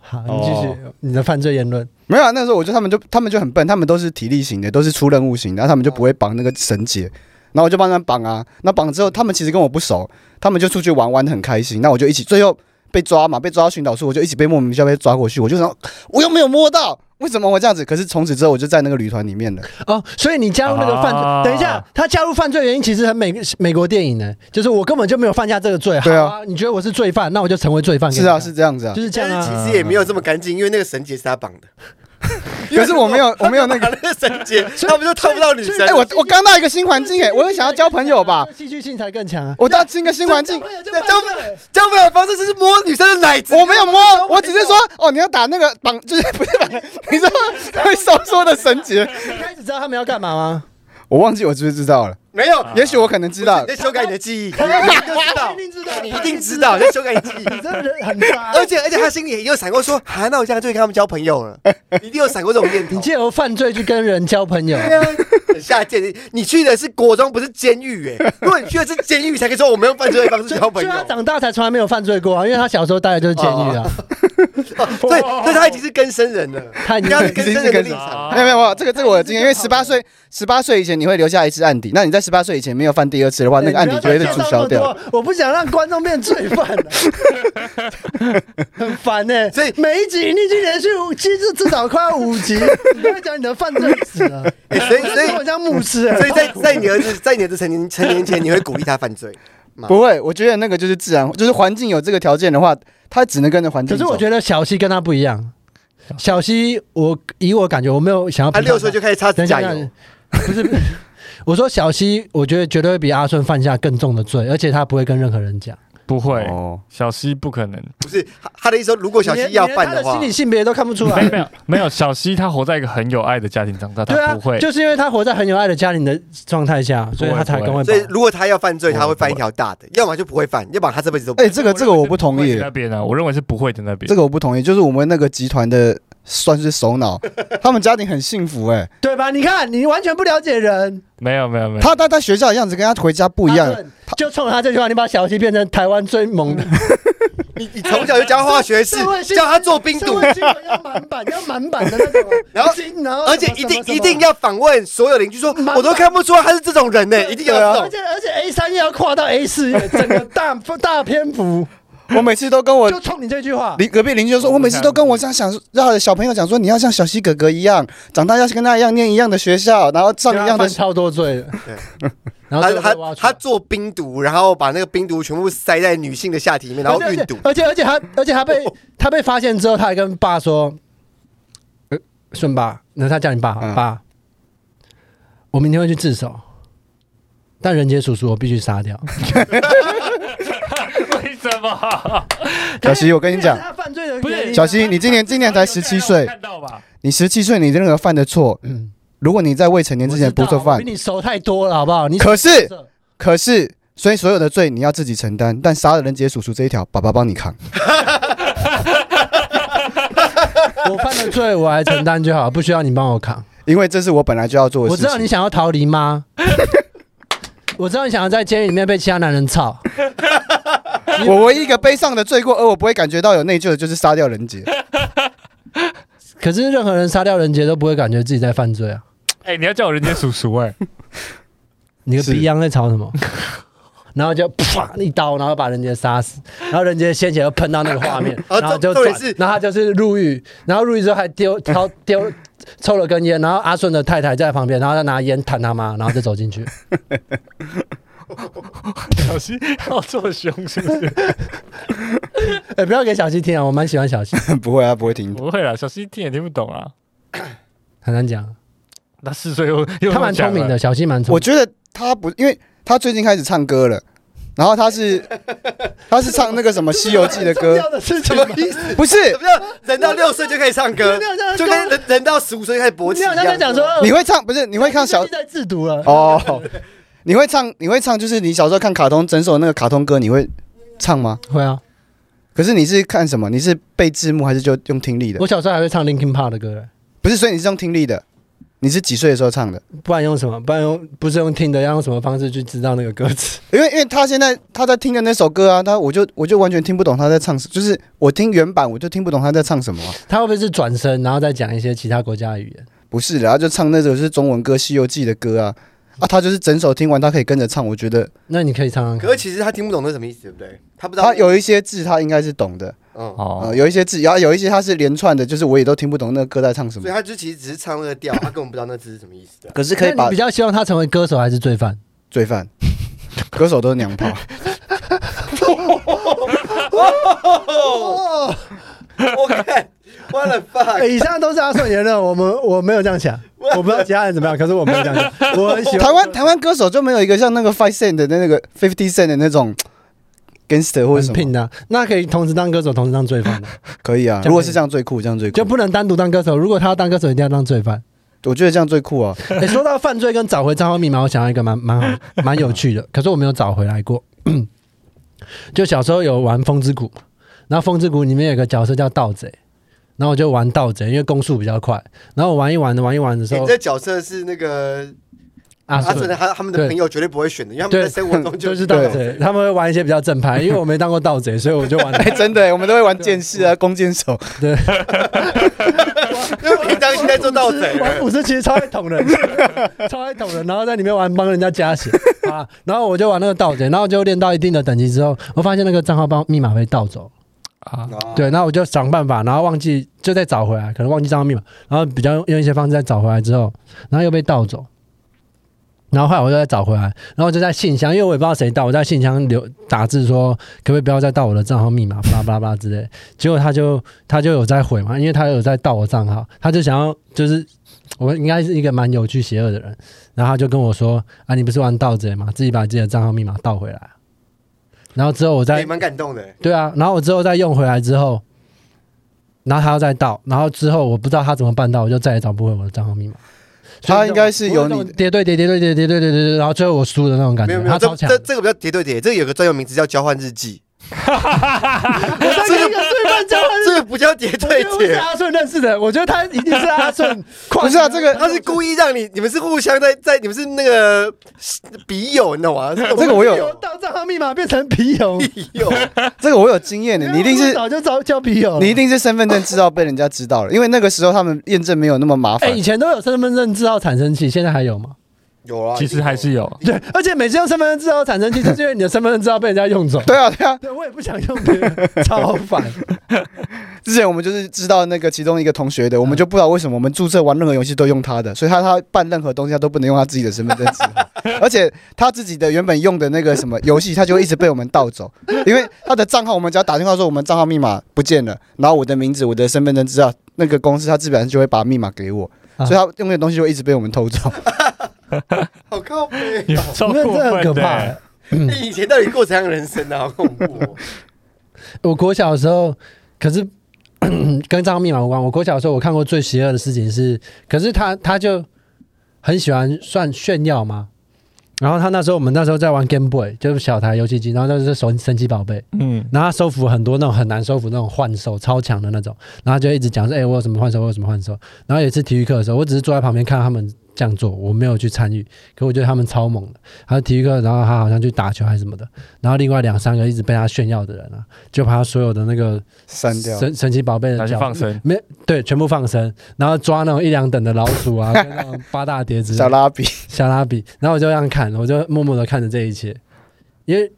Speaker 1: 好，你继
Speaker 4: 哦
Speaker 1: 续你的犯罪言论。
Speaker 4: 没有、啊，那时候我就他们就他们就很笨，他们都是体力型的，都是出任务型的，然后他们就不会绑那个绳结，然后我就帮他们绑啊，那绑之后他们其实跟我不熟，他们就出去玩玩的很开心，那我就一起最后被抓嘛，被抓到训导处，我就一起被莫名其妙被抓过去，我就想我又没有摸到，为什么我这样子？可是从此之后我就在那个旅团里面了，
Speaker 1: 哦，所以你加入那个犯罪，
Speaker 2: 啊
Speaker 1: 等一下，他加入犯罪原因其实很美美国电影呢，就是我根本就没有犯下这个罪，
Speaker 4: 对啊
Speaker 1: 好啊，你觉得我是罪犯，那我就成为罪犯给你
Speaker 4: 是
Speaker 1: 看，
Speaker 4: 啊是这样子啊，
Speaker 1: 就是这样
Speaker 3: 但
Speaker 1: 啊，
Speaker 3: 是其实也没有这么干净，因为那个绳结是他绑的。
Speaker 4: 可是我没有我没有那个
Speaker 1: [LAUGHS]
Speaker 3: 把那个绳结，他们就套不到女生。
Speaker 4: 哎、我我刚到一个新环境哎、我也想要交朋友吧，
Speaker 1: [LAUGHS] 戏剧性才更强啊，哎
Speaker 4: 我到新个新环境。
Speaker 3: 那交交朋友的方式就是摸女生的奶子。
Speaker 4: 我没有摸，我只是说，哦，你要打那个绑，就是不是绑，你知道会收缩的绳结，
Speaker 1: 你开始知道他们要干嘛吗？
Speaker 4: 我忘记我知不知道了。
Speaker 3: 没有，
Speaker 1: 啊
Speaker 4: 也许我可能知道
Speaker 3: 你，在修改你的记忆，你知道，
Speaker 1: 定知道
Speaker 3: 你一定知道，你在修改你的记忆。
Speaker 1: 你这个人很啊
Speaker 4: [LAUGHS]
Speaker 1: 渣。
Speaker 4: 呃
Speaker 3: 而且而且他心里也有闪过说，啊，那我这样就可以跟他们交朋友了，一定有闪过这种念头
Speaker 1: 你。借由犯罪去跟人交朋友，
Speaker 3: 对啊，很下贱！你你去的是国中，不是监狱哎。如果你去的是监狱，才可以说我们用犯罪的方式交朋
Speaker 1: 所以
Speaker 3: 友。
Speaker 1: 他长大才从来没有犯罪过啊，因为他小时候待的就是监狱啊。
Speaker 3: 哦对，所以他已经是更生人了，
Speaker 1: 他已
Speaker 3: 你
Speaker 1: 经
Speaker 3: 刚是更生人的立
Speaker 2: 啊
Speaker 3: 场。
Speaker 4: 没有没有没有，这个这个我有
Speaker 1: 哎
Speaker 4: 经验，因为十八岁十八岁以前你会留下一次案底，那你在十八岁以前没有犯第二次
Speaker 1: 哎
Speaker 4: 的话，那个案底就会被注销掉。。
Speaker 1: 我不想让观众变罪犯、
Speaker 3: [LAUGHS]
Speaker 1: 很烦呢、
Speaker 3: 所以
Speaker 1: 每一集你已经连续五，其实至少快要五
Speaker 3: [LAUGHS]
Speaker 1: 集，你在讲你的犯罪史啊，
Speaker 3: 哎所以所以
Speaker 1: 说我像牧师、欸。
Speaker 3: [LAUGHS] 所以在在你儿子在你儿子成年成年前，你会鼓励他
Speaker 1: [LAUGHS]
Speaker 3: 犯罪。
Speaker 4: 不会，我觉得那个就是自然，就是环境有这个条件的话，他只能跟着环境
Speaker 1: 可是
Speaker 4: 走。
Speaker 1: 我觉得小西跟他不一样，小西我以我感觉我没有想要比
Speaker 3: 他
Speaker 1: 较
Speaker 3: 六岁就开始擦
Speaker 1: 等
Speaker 3: 指
Speaker 1: 一下，
Speaker 3: 甲
Speaker 1: 啊等一
Speaker 3: 油
Speaker 1: 下，不是。不是我说小西，我觉得绝对会比阿顺犯下更重的罪，而且他不会跟任何人讲。
Speaker 2: 不会，
Speaker 4: 哦，
Speaker 2: 小西不可能，
Speaker 3: 不是他他的意思说，如果小
Speaker 1: 你
Speaker 3: 西
Speaker 1: 连
Speaker 3: 要
Speaker 1: 你连
Speaker 3: 犯
Speaker 1: 他
Speaker 3: 的
Speaker 1: 的
Speaker 3: 话
Speaker 1: 心，理性别都看不出
Speaker 2: 没有没
Speaker 1: 来。
Speaker 2: 有没有，小西他活在一个很有爱的家庭长大，
Speaker 1: 对
Speaker 2: 他
Speaker 1: 啊
Speaker 2: 不会，，
Speaker 1: 就是因为他活在很有爱的家庭的状态下，所以他才跟我
Speaker 3: 所以如果他要犯罪，
Speaker 2: 不会
Speaker 3: 他会犯一条大的，要么就不会犯，要不然他这辈子都不
Speaker 4: 哎，这个这个我不同
Speaker 2: 会
Speaker 4: 意
Speaker 2: 的，那边啊，我认为是不会的那边
Speaker 4: 这。个我不同意，就是我们那个集团的算是
Speaker 1: [LAUGHS]
Speaker 4: 首脑，他们家庭很幸福哎，
Speaker 1: 对吧？你看，你完全不了解人，
Speaker 2: 没有没有没有，
Speaker 4: 他他在学校的样子跟他回家不一样
Speaker 1: 阿，顺。就冲他这句话，你把小西变成台湾最猛的， [LAUGHS]
Speaker 3: 你你从小就教化学式
Speaker 1: 社会，性
Speaker 3: 教嗯他做冰
Speaker 1: 社
Speaker 3: 毒，
Speaker 1: 会新闻要满版，要满版的那种。
Speaker 3: [LAUGHS] 然后
Speaker 1: 金然后
Speaker 3: 而且
Speaker 1: 什么
Speaker 3: 一定
Speaker 1: 什么
Speaker 3: 一定要访问所有邻居，说
Speaker 1: 满满
Speaker 3: 我都看不出来他是这种人呢，一定有这
Speaker 1: 啊而
Speaker 3: 种。
Speaker 1: 且而且 A 三要跨到 A
Speaker 3: [LAUGHS]
Speaker 1: 四，整个大大篇幅
Speaker 4: 我每次都跟我
Speaker 1: 就冲你这句话。
Speaker 4: 邻隔壁邻居就说，我每次都跟我这样想，让我的小朋友讲说，你要像小西哥哥一样，长大要跟他一样念一样的学校，然后上
Speaker 1: 对啊
Speaker 4: 一样的
Speaker 1: 犯。超多罪的。然后
Speaker 3: 他
Speaker 1: 最后被
Speaker 3: 他
Speaker 1: 挖出
Speaker 3: 他
Speaker 1: 来
Speaker 3: 做冰毒，然后把那个冰毒全部塞在女性的下体里面，然后
Speaker 1: 而且
Speaker 3: 运毒。 [LAUGHS]
Speaker 1: 而且而且他而且他被
Speaker 4: 哦
Speaker 1: 他被发现之后，他还跟爸说：“呃，顺爸，那他叫你爸，
Speaker 4: 嗯
Speaker 1: 爸，我明天会去自首，但人杰叔叔我必须杀掉。
Speaker 2: 为什么？
Speaker 4: 小西，我跟你讲
Speaker 1: 因为，他犯罪的
Speaker 2: 不是
Speaker 1: 原因啊
Speaker 4: 小西，你今年今年才十七岁，
Speaker 2: 看到吧？
Speaker 4: 你十七岁，你任何犯的错，
Speaker 1: 嗯，
Speaker 4: 如果你在未成年之前不
Speaker 1: 我知道
Speaker 4: 做
Speaker 1: 我
Speaker 4: 犯
Speaker 1: 比，你熟太多了，好不好？你
Speaker 4: 可是可是，所以所有的罪你要自己承担，但杀了人杰叔叔这一条，爸爸帮你扛。
Speaker 1: 我犯了罪，我来承担就好，不需要你帮我扛。
Speaker 4: 因为这是我本来就要做的
Speaker 1: 我
Speaker 4: 事
Speaker 1: 知
Speaker 4: 情。
Speaker 1: 道你想要逃离吗？我知道你想要在监狱里面被其他男人操。
Speaker 4: 我唯一一个悲伤的罪过，而我不会感觉到有内疚的，就是杀掉人杰。 [LAUGHS]
Speaker 1: 可是任何人杀掉人杰都不会感觉自己在犯罪啊！
Speaker 2: 哎，你要叫我人家叔叔
Speaker 4: [LAUGHS]
Speaker 2: 哎，
Speaker 1: 你个
Speaker 4: 是
Speaker 1: 逼样在吵什么？ [LAUGHS] 然后就啪一刀，然后把人杰杀死，然后人杰鲜血又喷到那个画 [LAUGHS] 面，
Speaker 3: 啊
Speaker 1: 然后
Speaker 3: 重
Speaker 1: 就转
Speaker 3: 重点是，
Speaker 1: 然后他就是入狱，然后入狱之后还 [LAUGHS] 丢掏丢抽了根烟，然后阿顺的太太在旁边，然后他拿烟弹他妈，然后就走进去。
Speaker 2: 小西要这么凶是不是？
Speaker 1: [LAUGHS] 哎，不要给小西听啊，我蛮喜欢小西，
Speaker 4: 不会啊，不会听。
Speaker 2: [LAUGHS] 不会啦，小西听也听不懂啊。
Speaker 1: 很难讲，
Speaker 2: 他四岁又又
Speaker 1: 他蛮聪明的，，小西蛮聪
Speaker 4: 我
Speaker 1: 明。
Speaker 4: 觉得他不，因为他最近开始唱歌了，然后
Speaker 1: [LAUGHS]
Speaker 4: 他是他是唱那个什么《西游记》的歌，
Speaker 1: 的事
Speaker 3: 什
Speaker 1: 情
Speaker 3: 么意思？
Speaker 4: 不是？
Speaker 3: 怎么样？人到六岁就可以唱歌
Speaker 1: 你好像，在
Speaker 3: 就跟人人到十五岁就开始勃起
Speaker 1: 你
Speaker 3: 一
Speaker 1: 好
Speaker 3: 样。
Speaker 1: 像在讲说，
Speaker 4: 你会唱不是？你会看小
Speaker 1: 小西在制毒了，
Speaker 4: 哦，你会唱你会唱，就是你小时候看卡通整首那个卡通歌，你会唱吗？
Speaker 1: 会啊，
Speaker 4: 可是你是看什么？你是背字幕还是就用听力的
Speaker 1: 我？小时候还会唱 Linkin Park 的歌啊嘞。
Speaker 4: 不是，所以你是用听力的。你是几岁的时候唱的？
Speaker 1: 不然用什么？不然用不是用听的，要用什么方式去知道那个歌词？
Speaker 4: 因为因为他现在他在听的那首歌啊，他我就我就完全听不懂他在唱什，就是我听原版我就听不懂他在唱什么啊、
Speaker 1: [LAUGHS] 他会不会是转身，然后再讲一些其他国家的语言？
Speaker 4: 不是的，他就唱那首是中文歌《西游记》的歌啊啊，他就是整首听完，他可以跟着唱。我觉得
Speaker 1: 那你可以唱啊唱
Speaker 3: 可是
Speaker 1: 看。
Speaker 3: 其实他听不懂那是什么意思，对不对？他不知道
Speaker 4: 他有一些字他应该是懂的，
Speaker 3: 嗯，
Speaker 4: 呃，
Speaker 2: 哦，
Speaker 4: 有一些字，然后有一些他是连串的，就是我也都听不懂那个歌在唱什
Speaker 3: 所以
Speaker 4: 么。
Speaker 3: 他就其实只是唱那个调，他根本不知道那字是什么意思的。 [LAUGHS]
Speaker 4: 可是可以
Speaker 1: 那你
Speaker 4: 把
Speaker 1: 比较希望他成为歌手还是罪犯？[LAUGHS]
Speaker 4: 罪犯、歌手都是娘炮，
Speaker 1: 哦，
Speaker 3: 我看，what the
Speaker 1: [LAUGHS]
Speaker 3: fuck！
Speaker 1: 哎以上都是阿顺言论，我们我没有这样 [LAUGHS] 想，我不知道其他人怎么样，可是我没有这样想。 [LAUGHS] 我很喜
Speaker 4: 台湾台湾歌手就没有一个像那个 Five Cent 的那个 Fifty Cent 的那种 gangster 或者
Speaker 1: 很
Speaker 4: 什
Speaker 1: 拼
Speaker 4: 么，
Speaker 1: 的，那可以同时当歌手，同时当罪犯的，
Speaker 4: 可以啊。
Speaker 1: 这样
Speaker 4: 如果是这样最酷，这样最酷
Speaker 1: 就。不能单独当歌手。如果他要当歌手，一定要当罪犯。
Speaker 4: 我觉得这样最
Speaker 1: [LAUGHS]
Speaker 4: 酷啊！
Speaker 1: 欸说到犯罪跟找回账号密码，我想到一个蛮蛮好、蛮有趣的，可是我没有找回来过。 [CLEARS THROAT] 就小时候有玩《风之谷》，然后《风之谷》里面有个角色叫盗贼，然后我就玩盗贼，因为攻速比较快。然后我玩一玩的玩一玩的时
Speaker 3: 你
Speaker 1: 候，
Speaker 3: 这角色是那个
Speaker 1: 啊，
Speaker 3: 阿
Speaker 1: 是
Speaker 3: 纯的，他他们的
Speaker 1: 对
Speaker 3: 朋友绝对不会选的，因为他们在
Speaker 1: 对
Speaker 3: 生活
Speaker 1: [LAUGHS]
Speaker 3: 中
Speaker 1: 就是是盗
Speaker 3: 这
Speaker 1: 贼
Speaker 3: 样，
Speaker 1: 他们会玩一些比较正派，因为我没当过盗贼，所以我就
Speaker 3: [LAUGHS]
Speaker 1: 玩
Speaker 4: 哎、真的耶，我们都会玩剑士啊、弓箭手，
Speaker 3: 因为平常现在做盗贼
Speaker 1: 玩
Speaker 3: 了，
Speaker 1: 武士其实超爱捅人，
Speaker 3: [LAUGHS]
Speaker 1: 超爱捅人，然后在里面玩帮人家加血啊，然后我就玩那个盗贼，然后就练到一定的等级之后，我发现那个账号帮密码被盗走，
Speaker 2: 啊，
Speaker 3: 哦
Speaker 1: 对，那我就想办法，然后忘记就再找回来，可能忘记账号密码，然后比较用一些方式再找回来之后，然后又被盗走，然后后来我又再找回来，然后我就在信箱，因为我也不知道谁盗，我在信箱留打字说可不可以不要再盗我的账号密码，巴拉巴拉巴拉之类，结果他就他就有在回嘛，因为他有在盗我账号，他就想要就是我应该是一个蛮有趣邪恶的人，然后他就跟我说啊，你不是玩盗贼吗？自己把自己的账号密码盗回来，然后之后我再
Speaker 3: 也蛮感动的。
Speaker 1: 对啊，然后我之后再用回来之后，然后他要再盗，然后之后我不知道他怎么办到，我就再也找不回我的账号密码。
Speaker 4: 他应该是有你的
Speaker 1: 叠对叠叠对叠叠对叠对叠，然后最后我输的那种感
Speaker 3: 没
Speaker 1: 觉
Speaker 3: 有，没
Speaker 1: 他
Speaker 3: 有，
Speaker 1: 超强
Speaker 3: 这这。这个比较叠对叠，这个有个专有名词叫交换
Speaker 1: [LAUGHS]
Speaker 3: 日记，
Speaker 1: 这个罪犯交换
Speaker 3: 这个不叫叠
Speaker 1: 我觉
Speaker 3: 对
Speaker 1: 得我是
Speaker 3: 叠，
Speaker 1: 阿顺认识的，我觉得他一定是阿顺。
Speaker 4: 不是啊，这个
Speaker 3: [LAUGHS] 他是故意让你你们是互相在在你们是那个笔友，你懂吗？这
Speaker 4: [LAUGHS] 这个我有
Speaker 1: 盗账号密码变成皮友，
Speaker 3: 笔
Speaker 4: [LAUGHS]
Speaker 3: 友，
Speaker 4: 这个我有经验的，你一定是
Speaker 1: 早就早交皮友，
Speaker 4: 你一定是身份证知道被人家知道了，因为那个时候他们验证没有那么麻
Speaker 1: 哎，
Speaker 4: 烦
Speaker 1: 以。前都有身份证制造产生器，现在还有吗？
Speaker 3: 有啊，
Speaker 2: 其实还是有。
Speaker 1: 对，而且每次用身份证制造产生器，就是因为你的身份证制造被人家用走。
Speaker 4: 对啊，对啊，
Speaker 1: 对，我也不想用别人，超烦。
Speaker 4: 之前我们就是知道那个其中一个同学的，我们就不知道为什么我们注册玩任何游戏都用他的，所以他他办任何东西他都不能用他自己的身份证
Speaker 1: [LAUGHS]
Speaker 4: 字号，而且他自己的原本用的那个什么游戏，他就会一直被我们盗走，因为他的账号我们只要打电话说我们账号密码不见了，然后我的名字、我的身份证资料，那个公司他基本上就会把密码给我，
Speaker 1: 啊
Speaker 4: 所以他用的东西就一直被我们
Speaker 1: [LAUGHS]
Speaker 4: 偷走。
Speaker 3: 好靠背
Speaker 2: 你
Speaker 3: 哦。
Speaker 2: 超
Speaker 1: 那
Speaker 2: 过
Speaker 1: 这很可
Speaker 2: 分的
Speaker 1: 怕
Speaker 2: 欸，
Speaker 3: 你以前到底过怎样的人生呢？好恐怖哦！
Speaker 1: 我国小的时候，可是 [CLEARS THROAT] 跟账号密码无关。我国小的时候，我看过最邪恶的事情是，可是他他就很喜欢算炫耀嘛。然后他那时候，我们那时候在玩 Game Boy，就是小台游戏机，然后那时候是手神奇宝贝，
Speaker 2: 嗯，
Speaker 1: 然后他收服很多那种很难收服那种换手超强的那种，然后他就一直讲说，哎、我有什么换手，我有什么换手。然后有一次体育课的时候，我只是坐在旁边看他们这样做，我没有去参与，可我觉得他们超猛的。他体育课，然后他好像去打球还是什么的，然后另外两三个一直被他炫耀的人啊，就把他所有的那个
Speaker 4: 删掉，
Speaker 1: 神神奇宝贝
Speaker 2: 拿
Speaker 1: 的
Speaker 2: 去
Speaker 1: 角
Speaker 2: 放生，
Speaker 1: 没对，全部放生，然后抓那种一两等的老鼠啊，跟那种八大碟子、
Speaker 4: 小拉比， [LAUGHS]
Speaker 1: 小拉比，然后我就这样看，我就默默的看着这一切，因为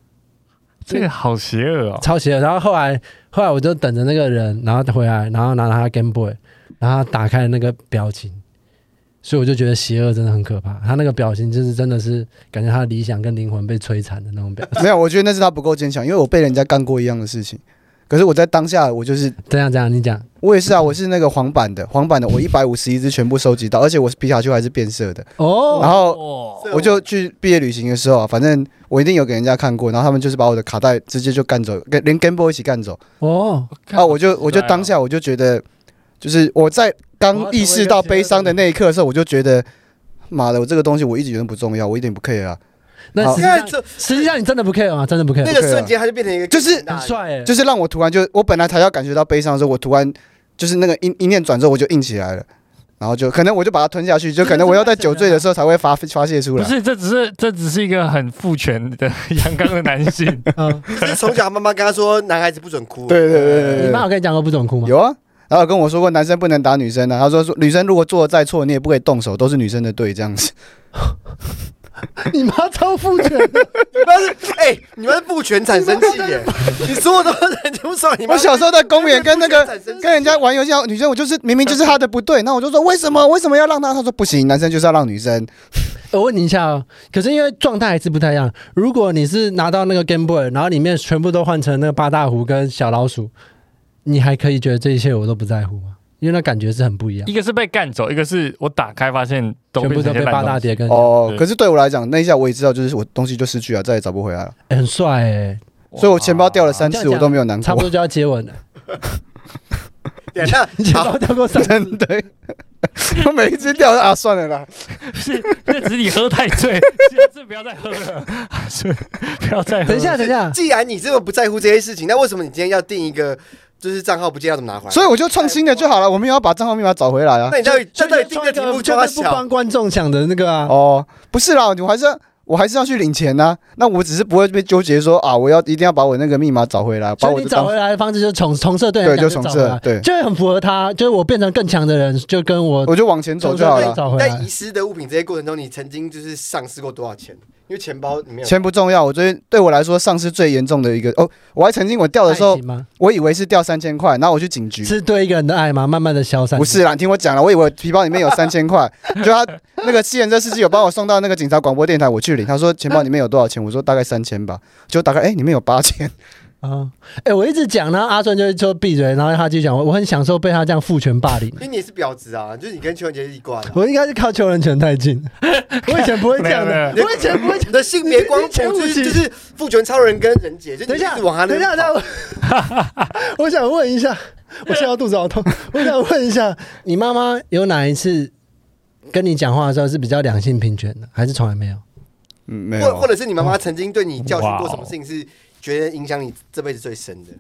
Speaker 2: 这个好邪恶哦。
Speaker 1: 抄袭了。然后后来后来我就等着那个人，然后回来，然后拿他的 Game Boy，然后他打开那个表情，所以我就觉得邪恶真的很可怕。他那个表情就是真的是感觉他的理想跟灵魂被摧残的那种表情。
Speaker 4: 没有，我觉得那是他不够坚强，因为我被人家干过一样的事情，可是我在当下我就是
Speaker 1: 这样这样，你讲
Speaker 4: 我也是啊，我是那个黄版的，黄版的，我一百五十一只全部收集到，而且我是皮卡丘还是变色的。然
Speaker 1: 哦，
Speaker 4: 后
Speaker 2: 哦，
Speaker 4: 我就去毕业旅行的时候啊，反正我一定有给人家看过，然后他们就是把我的卡带直接就干走，跟连 Game Boy 一起干走
Speaker 1: 哦，
Speaker 4: 啊！我就我就
Speaker 2: 好哦
Speaker 4: 当下我就觉得，就是我在刚意识到悲伤的那一刻的时候，我就觉得，妈的，我这个东西我一直觉得不重要，我一点不 care 啊，
Speaker 1: 那
Speaker 4: 好
Speaker 1: 实
Speaker 3: 你
Speaker 1: 际上
Speaker 3: 看这
Speaker 1: 实际上你真的不 care 吗？真的不 care，
Speaker 3: 那个瞬间，他就变成一个
Speaker 4: 啊就是
Speaker 1: 很帅哎、
Speaker 4: 就是让我突然就我本来才要感觉到悲伤的时候，我突然就是那个一一念转之后我就硬起来了，然后就可能我就把它吞下去，就可能我要在酒醉的时候才会发发泄出
Speaker 2: 不 [LAUGHS]
Speaker 4: 来。
Speaker 2: 是，这只是这只是一个很父权的 [LAUGHS] 阳刚的男性，
Speaker 1: [LAUGHS] 嗯，
Speaker 3: 就是从小妈妈跟他说，男孩子不准哭。
Speaker 4: 对对对对
Speaker 1: 你
Speaker 4: 对
Speaker 1: 妈有跟你讲过不准哭吗？
Speaker 4: 有啊，然后有跟我说过男生不能打女生的、啊，他说说女生如果做的再错，你也不可以动手，都是女生的对这样子。
Speaker 1: 你妈超父权的，
Speaker 3: 你妈是哎，你们是父权产生器
Speaker 4: [LAUGHS]
Speaker 3: 耶！你说的都很清爽。你妈
Speaker 4: 我小时候在公园跟那
Speaker 3: 不 [LAUGHS]
Speaker 4: 个
Speaker 3: 是产生器
Speaker 4: 跟人家玩游戏，然后女生我就是明明就是她的不对，那我就说为什么为什么要让她？他说不行，男生就是要让女生。
Speaker 1: 我问你一下哦，可是因为状态还是不太一样。如果你是拿到那个 Game Boy，然后里面全部都换成那个八大胡跟小老鼠，你还可以觉得这一切我都不在乎吗？因为那感觉是很不一样
Speaker 2: 一，个是被干走，一个是我打开发现都
Speaker 1: 全
Speaker 2: 变
Speaker 1: 部
Speaker 2: 成
Speaker 1: 都
Speaker 2: 一
Speaker 1: 被
Speaker 2: 些烂
Speaker 1: 八
Speaker 2: 东
Speaker 1: 大
Speaker 2: 西
Speaker 1: 碟跟……哦，
Speaker 4: 哦
Speaker 2: 对，
Speaker 4: 可是对我来讲，那一下我也知道，就是我东西就失去了，再也找不回来了，
Speaker 1: 欸很帅哎、
Speaker 4: 所以我钱包掉了三
Speaker 1: 这样
Speaker 4: 次，
Speaker 1: 讲
Speaker 4: 我都没有难
Speaker 1: 差不
Speaker 4: 过。
Speaker 1: 多就要接吻了。
Speaker 3: 对，那
Speaker 1: 你
Speaker 4: [LAUGHS]
Speaker 1: 剪
Speaker 3: 好
Speaker 1: 刀掉过三次，
Speaker 4: 真
Speaker 1: [LAUGHS]
Speaker 4: 的， [LAUGHS] 我每一只掉都啊，算了啦，
Speaker 2: 是，那只是你喝太醉，下次不要再喝了，是不要再喝了。
Speaker 1: 等一下，等一下，
Speaker 3: 既然你这么不在乎这些事情，那为什么你今天要定一个就是账号不见要怎么拿回来？
Speaker 4: 所以我就创新的就好了，我们也要把账号密码找回来啊
Speaker 3: 那。你到底
Speaker 1: 就
Speaker 3: 那到底定的题目就要
Speaker 1: 就是不
Speaker 3: 小
Speaker 1: 帮？观众想的那个啊，
Speaker 4: 哦，不是啦，我还是要我还是要去领钱呐、那我只是不会被纠结说啊，我要一定要把我那个密码找回来，把
Speaker 1: 所
Speaker 4: 我
Speaker 1: 以
Speaker 4: 的
Speaker 1: 你找
Speaker 4: 账
Speaker 1: 回来的方式就是重重设对你
Speaker 4: 对
Speaker 1: 来讲
Speaker 4: 就重
Speaker 1: 找
Speaker 4: 设
Speaker 1: 回来
Speaker 4: 对
Speaker 1: 就会很符合他，就是我变成更强的人，就跟我
Speaker 4: 我就往前走就好了。
Speaker 1: 找回
Speaker 3: 在
Speaker 1: 来
Speaker 3: 遗。失的物品这些过程中，你曾经就是丧失过多少钱？因为钱包里面有
Speaker 4: 钱不重要，我最对我来说丧失最严重的一个哦，我还曾经我掉的时
Speaker 1: 爱
Speaker 4: 候
Speaker 1: 情，吗？
Speaker 4: 我以为是掉三千块，然后我去警局，
Speaker 1: 是对一个人的爱吗？慢慢的消散。
Speaker 4: 不是啦，你听我讲了，我以为皮包里
Speaker 1: [LAUGHS]
Speaker 4: 面有三千块，就他那个七人车司机有帮我送到那个警察广播电台，我去领，他说钱包里面有多少钱，我说大概三千吧，就打开，哎、里面有八千，
Speaker 1: 啊，哎、我一直讲，然后阿顺就会说闭嘴，然后他就讲，我我很享受被他这样父权霸凌。
Speaker 3: 因为你也是婊子啊，就是你跟邱文杰一挂的啊。
Speaker 1: [LAUGHS] 我应该是靠求人权太 [LAUGHS] 近，我以前不会这样的，
Speaker 2: 没
Speaker 1: 我以前不会这
Speaker 3: 你的性别光
Speaker 1: 你这
Speaker 3: 谱
Speaker 1: 些
Speaker 3: 就
Speaker 1: 物
Speaker 3: 是
Speaker 1: 品
Speaker 3: 就是父权超人跟人杰，就
Speaker 1: 等一下，
Speaker 3: 你直往他那
Speaker 1: 等一
Speaker 3: 边
Speaker 1: 下，
Speaker 3: 跑
Speaker 1: 等一下， [LAUGHS] 我我想问一下，我现在肚子好 [LAUGHS] 痛，我想问一下，你妈妈有哪一次跟你讲话的时候是比较两性平权的，还是从来没有？
Speaker 4: 嗯，没
Speaker 1: [LAUGHS]
Speaker 3: 或或
Speaker 4: 有，
Speaker 3: 者是你妈妈曾经对你教训过
Speaker 2: 哇哦
Speaker 3: 什么事情是觉得影响你这辈子最深的？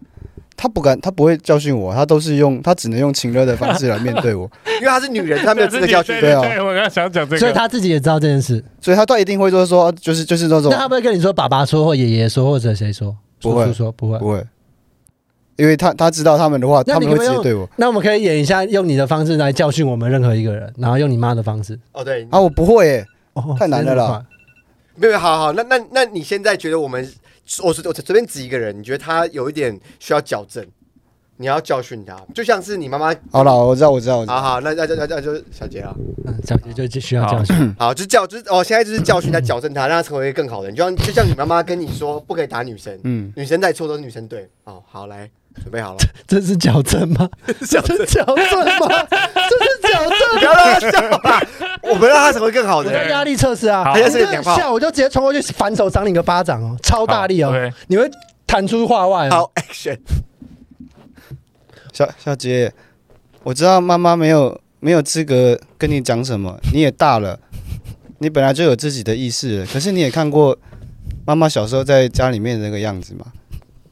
Speaker 4: 他不敢，他不会教训我，他都是用他只能用情热的方式来面
Speaker 1: [LAUGHS]
Speaker 4: 对我，
Speaker 3: 因为她是女人，她没有资格教训
Speaker 2: [LAUGHS] 对
Speaker 4: 对
Speaker 3: 你。
Speaker 4: 啊
Speaker 2: 对，我刚刚想讲这
Speaker 1: 所以
Speaker 2: 个，
Speaker 1: 她自己也知道这件事。
Speaker 4: 所以他倒一定会就是说，啊就是就是那种
Speaker 1: 那她不会跟你说爸爸说或爷爷说或者谁说，
Speaker 4: 不会
Speaker 1: 叔叔说不会。
Speaker 4: 不会，因为他他知道他们的话，
Speaker 1: 那
Speaker 4: 他
Speaker 1: 你
Speaker 4: 们
Speaker 1: 可
Speaker 4: 会
Speaker 1: 不可以
Speaker 4: 直接对我，
Speaker 1: 那我们可以演一下，用你的方式来教训我们任何一个人，然后用你妈的方式。
Speaker 3: 哦，对，
Speaker 4: 啊，我不会、欸，
Speaker 1: 哦
Speaker 4: 太难了啦。
Speaker 3: 没有，好好，那那那你现在觉得我们，我随我随便指一个人，你觉得他有一点需要矫正，你要教训他，就像是你妈妈。
Speaker 4: 好了，我知道我知道，我知
Speaker 1: 啊
Speaker 4: 道
Speaker 3: 好好，那那那那那就小杰啊，
Speaker 1: 嗯，小杰就需要教训。
Speaker 3: 好，就教就是哦，现在就是教训他，矫正他，让他成为一个更好的人。就像就像你妈妈跟你说，不可以打女生，
Speaker 4: 嗯，
Speaker 3: 女生再错都是女生对。哦，好，来准备好了，
Speaker 1: 这是矫正
Speaker 2: [LAUGHS]
Speaker 1: 吗？这是矫正吗？这是矫正
Speaker 3: 不要让他笑啦，我们让他成为更好
Speaker 1: 我
Speaker 3: 的
Speaker 1: 在
Speaker 3: 人。
Speaker 1: 压力测试啊，
Speaker 2: 好
Speaker 1: 你
Speaker 3: 他就是
Speaker 1: 这
Speaker 3: 两
Speaker 1: 样
Speaker 3: 炮
Speaker 1: 笑我就直接冲过去反手赏你个巴掌哦，超大力
Speaker 2: 好
Speaker 1: 哦，
Speaker 2: ，OK
Speaker 1: 你会弹出话外哦。
Speaker 3: 好，action！
Speaker 4: 小小杰，我知道妈妈没有没有资格跟你讲什么，你也大了，你本来就有自己的意识了。可是你也看过妈妈小时候在家里面的那个样子嘛？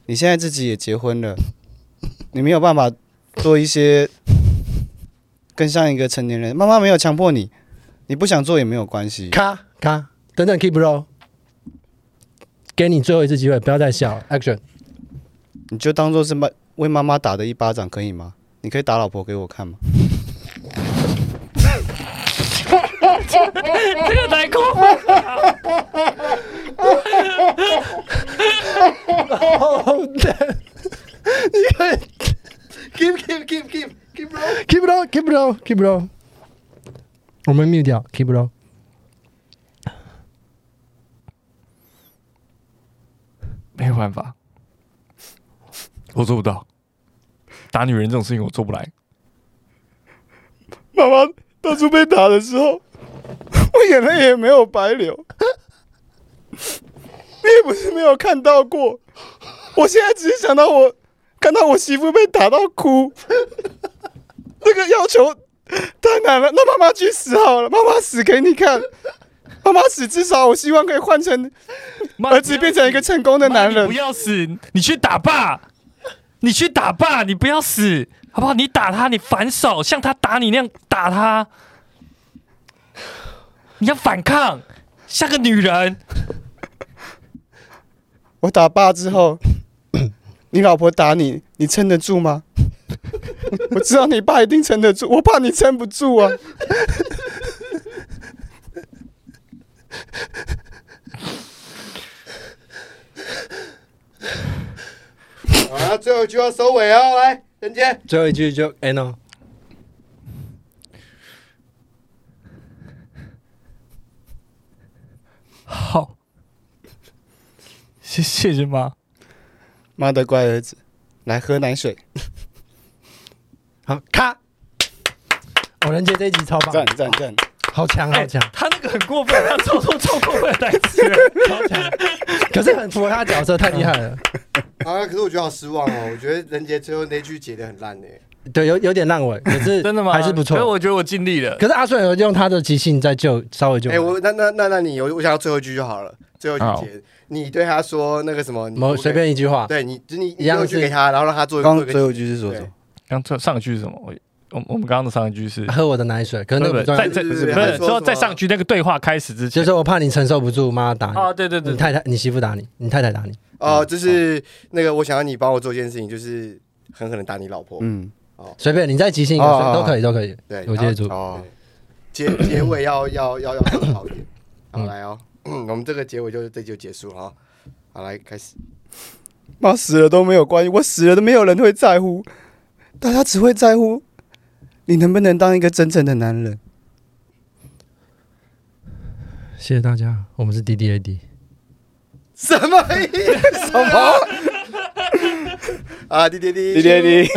Speaker 4: 你现在自己也结婚了，你没有办法做一些更像一个成年人。妈妈没有强迫你，你不想做也没有关系。
Speaker 1: 咔咔，等等，keep roll，给你最后一次机会，不要再笑了。Action，
Speaker 4: 你就当做是妈为妈妈打的一巴掌，可以吗？你可以打老婆给我看吗？
Speaker 2: 这个太过分了，
Speaker 3: keep keep keep keep keep roll。
Speaker 1: keep roll，keep roll，keep roll，我们 mute 掉，keep roll。
Speaker 2: 没有办法，我做不到。打女人这种事情我做不来，
Speaker 4: 妈妈当初被打的时候，我眼泪也没有白流，你也不是没有看到过。我现在只是想到我看到我媳妇被打到哭， [LAUGHS] 这个要求太难了。那妈妈去死好了，妈妈死给你看。妈妈死，至少我希望可以换成
Speaker 2: 妈
Speaker 4: 儿子变成一个成功的男
Speaker 2: 妈你
Speaker 4: 人
Speaker 2: 不。要死，你去打爸，你去打爸，你不要死，好不好？你打他，你反手像他打你那样打他，你要反抗，像个女人。
Speaker 4: 我打爸之后，你老婆打你，你撑得住吗？我知道你爸一定撑得住，我怕你撑不住啊。
Speaker 3: 好，那最后一句要收尾哦，来，人杰。
Speaker 1: 最后一句就 end 哦。
Speaker 2: 好，谢谢谢妈，
Speaker 4: 妈的乖儿子，来喝奶水，
Speaker 1: 好，咔！哦，人杰这一集超棒
Speaker 4: 赞，赞赞！
Speaker 1: 好强，好强，
Speaker 2: 哎他那个很过分，啊他超超超过分的台词， [LAUGHS]
Speaker 1: 超强！可是很符合他的角色，太厉害了。
Speaker 3: 啊，可是我觉得好失望哦，我觉得人杰最后那句解的很烂呢、
Speaker 1: [LAUGHS] 对，有有点烂 [LAUGHS] 尾，可是
Speaker 2: 真的吗？
Speaker 1: 还是不
Speaker 2: 可是
Speaker 1: 错。
Speaker 2: 我觉得我尽力了。
Speaker 1: 可是阿顺有用他的即兴在救，稍微救。
Speaker 3: 哎、我那那那那你有我想要最后一句就好了，最后一
Speaker 2: 好
Speaker 3: 句结，你对他说那个什么，你
Speaker 1: 某
Speaker 3: 不可以
Speaker 1: 随，便一句话，
Speaker 3: 对你就你
Speaker 1: 一
Speaker 3: 你
Speaker 1: 样
Speaker 3: 用去
Speaker 1: 是
Speaker 3: 给他，然后让他做
Speaker 4: 刚刚
Speaker 3: 做一个
Speaker 4: 最后一句是说什么？
Speaker 2: 刚上上一句是什么？我我我们刚刚的上一句 [LAUGHS] 是，
Speaker 1: 喝我的奶水，可是那
Speaker 2: 不
Speaker 1: 个不
Speaker 2: 是
Speaker 1: 重要
Speaker 2: 在，在不
Speaker 3: 对
Speaker 2: 是
Speaker 3: 对对
Speaker 2: 不
Speaker 3: 还
Speaker 2: 是
Speaker 3: 说
Speaker 2: 说
Speaker 3: 什
Speaker 2: 在
Speaker 3: 么
Speaker 2: 上句那个对话开始之
Speaker 1: 就
Speaker 2: 前
Speaker 1: 是我怕你承受不住，妈打
Speaker 2: 啊，
Speaker 1: 你，
Speaker 2: 对对对
Speaker 1: 你，太太，你媳妇打你，你太太打你，
Speaker 3: 哦，就是那个我想要你帮我做一件事情，就是狠狠的打你老婆，
Speaker 4: 嗯，
Speaker 1: 随便你在即兴一个
Speaker 4: 哦
Speaker 1: 随
Speaker 4: 哦
Speaker 1: 都可以，都可以。
Speaker 3: 对，
Speaker 1: 我
Speaker 3: 然后
Speaker 1: 接住，
Speaker 4: 哦，
Speaker 3: 结结尾要要要要更好一点。好
Speaker 1: 嗯
Speaker 3: 来哦，我们这个结尾就是这就结束了啊。好来开始，
Speaker 4: 妈死了都没有关系，我死了都没有人会在乎，大家只会在乎你能不能当一个真正的男人。
Speaker 1: 谢谢大家，我们是 D D A D。
Speaker 3: 什 [LAUGHS] 么意思？什么？啊，滴滴滴
Speaker 4: 滴滴滴，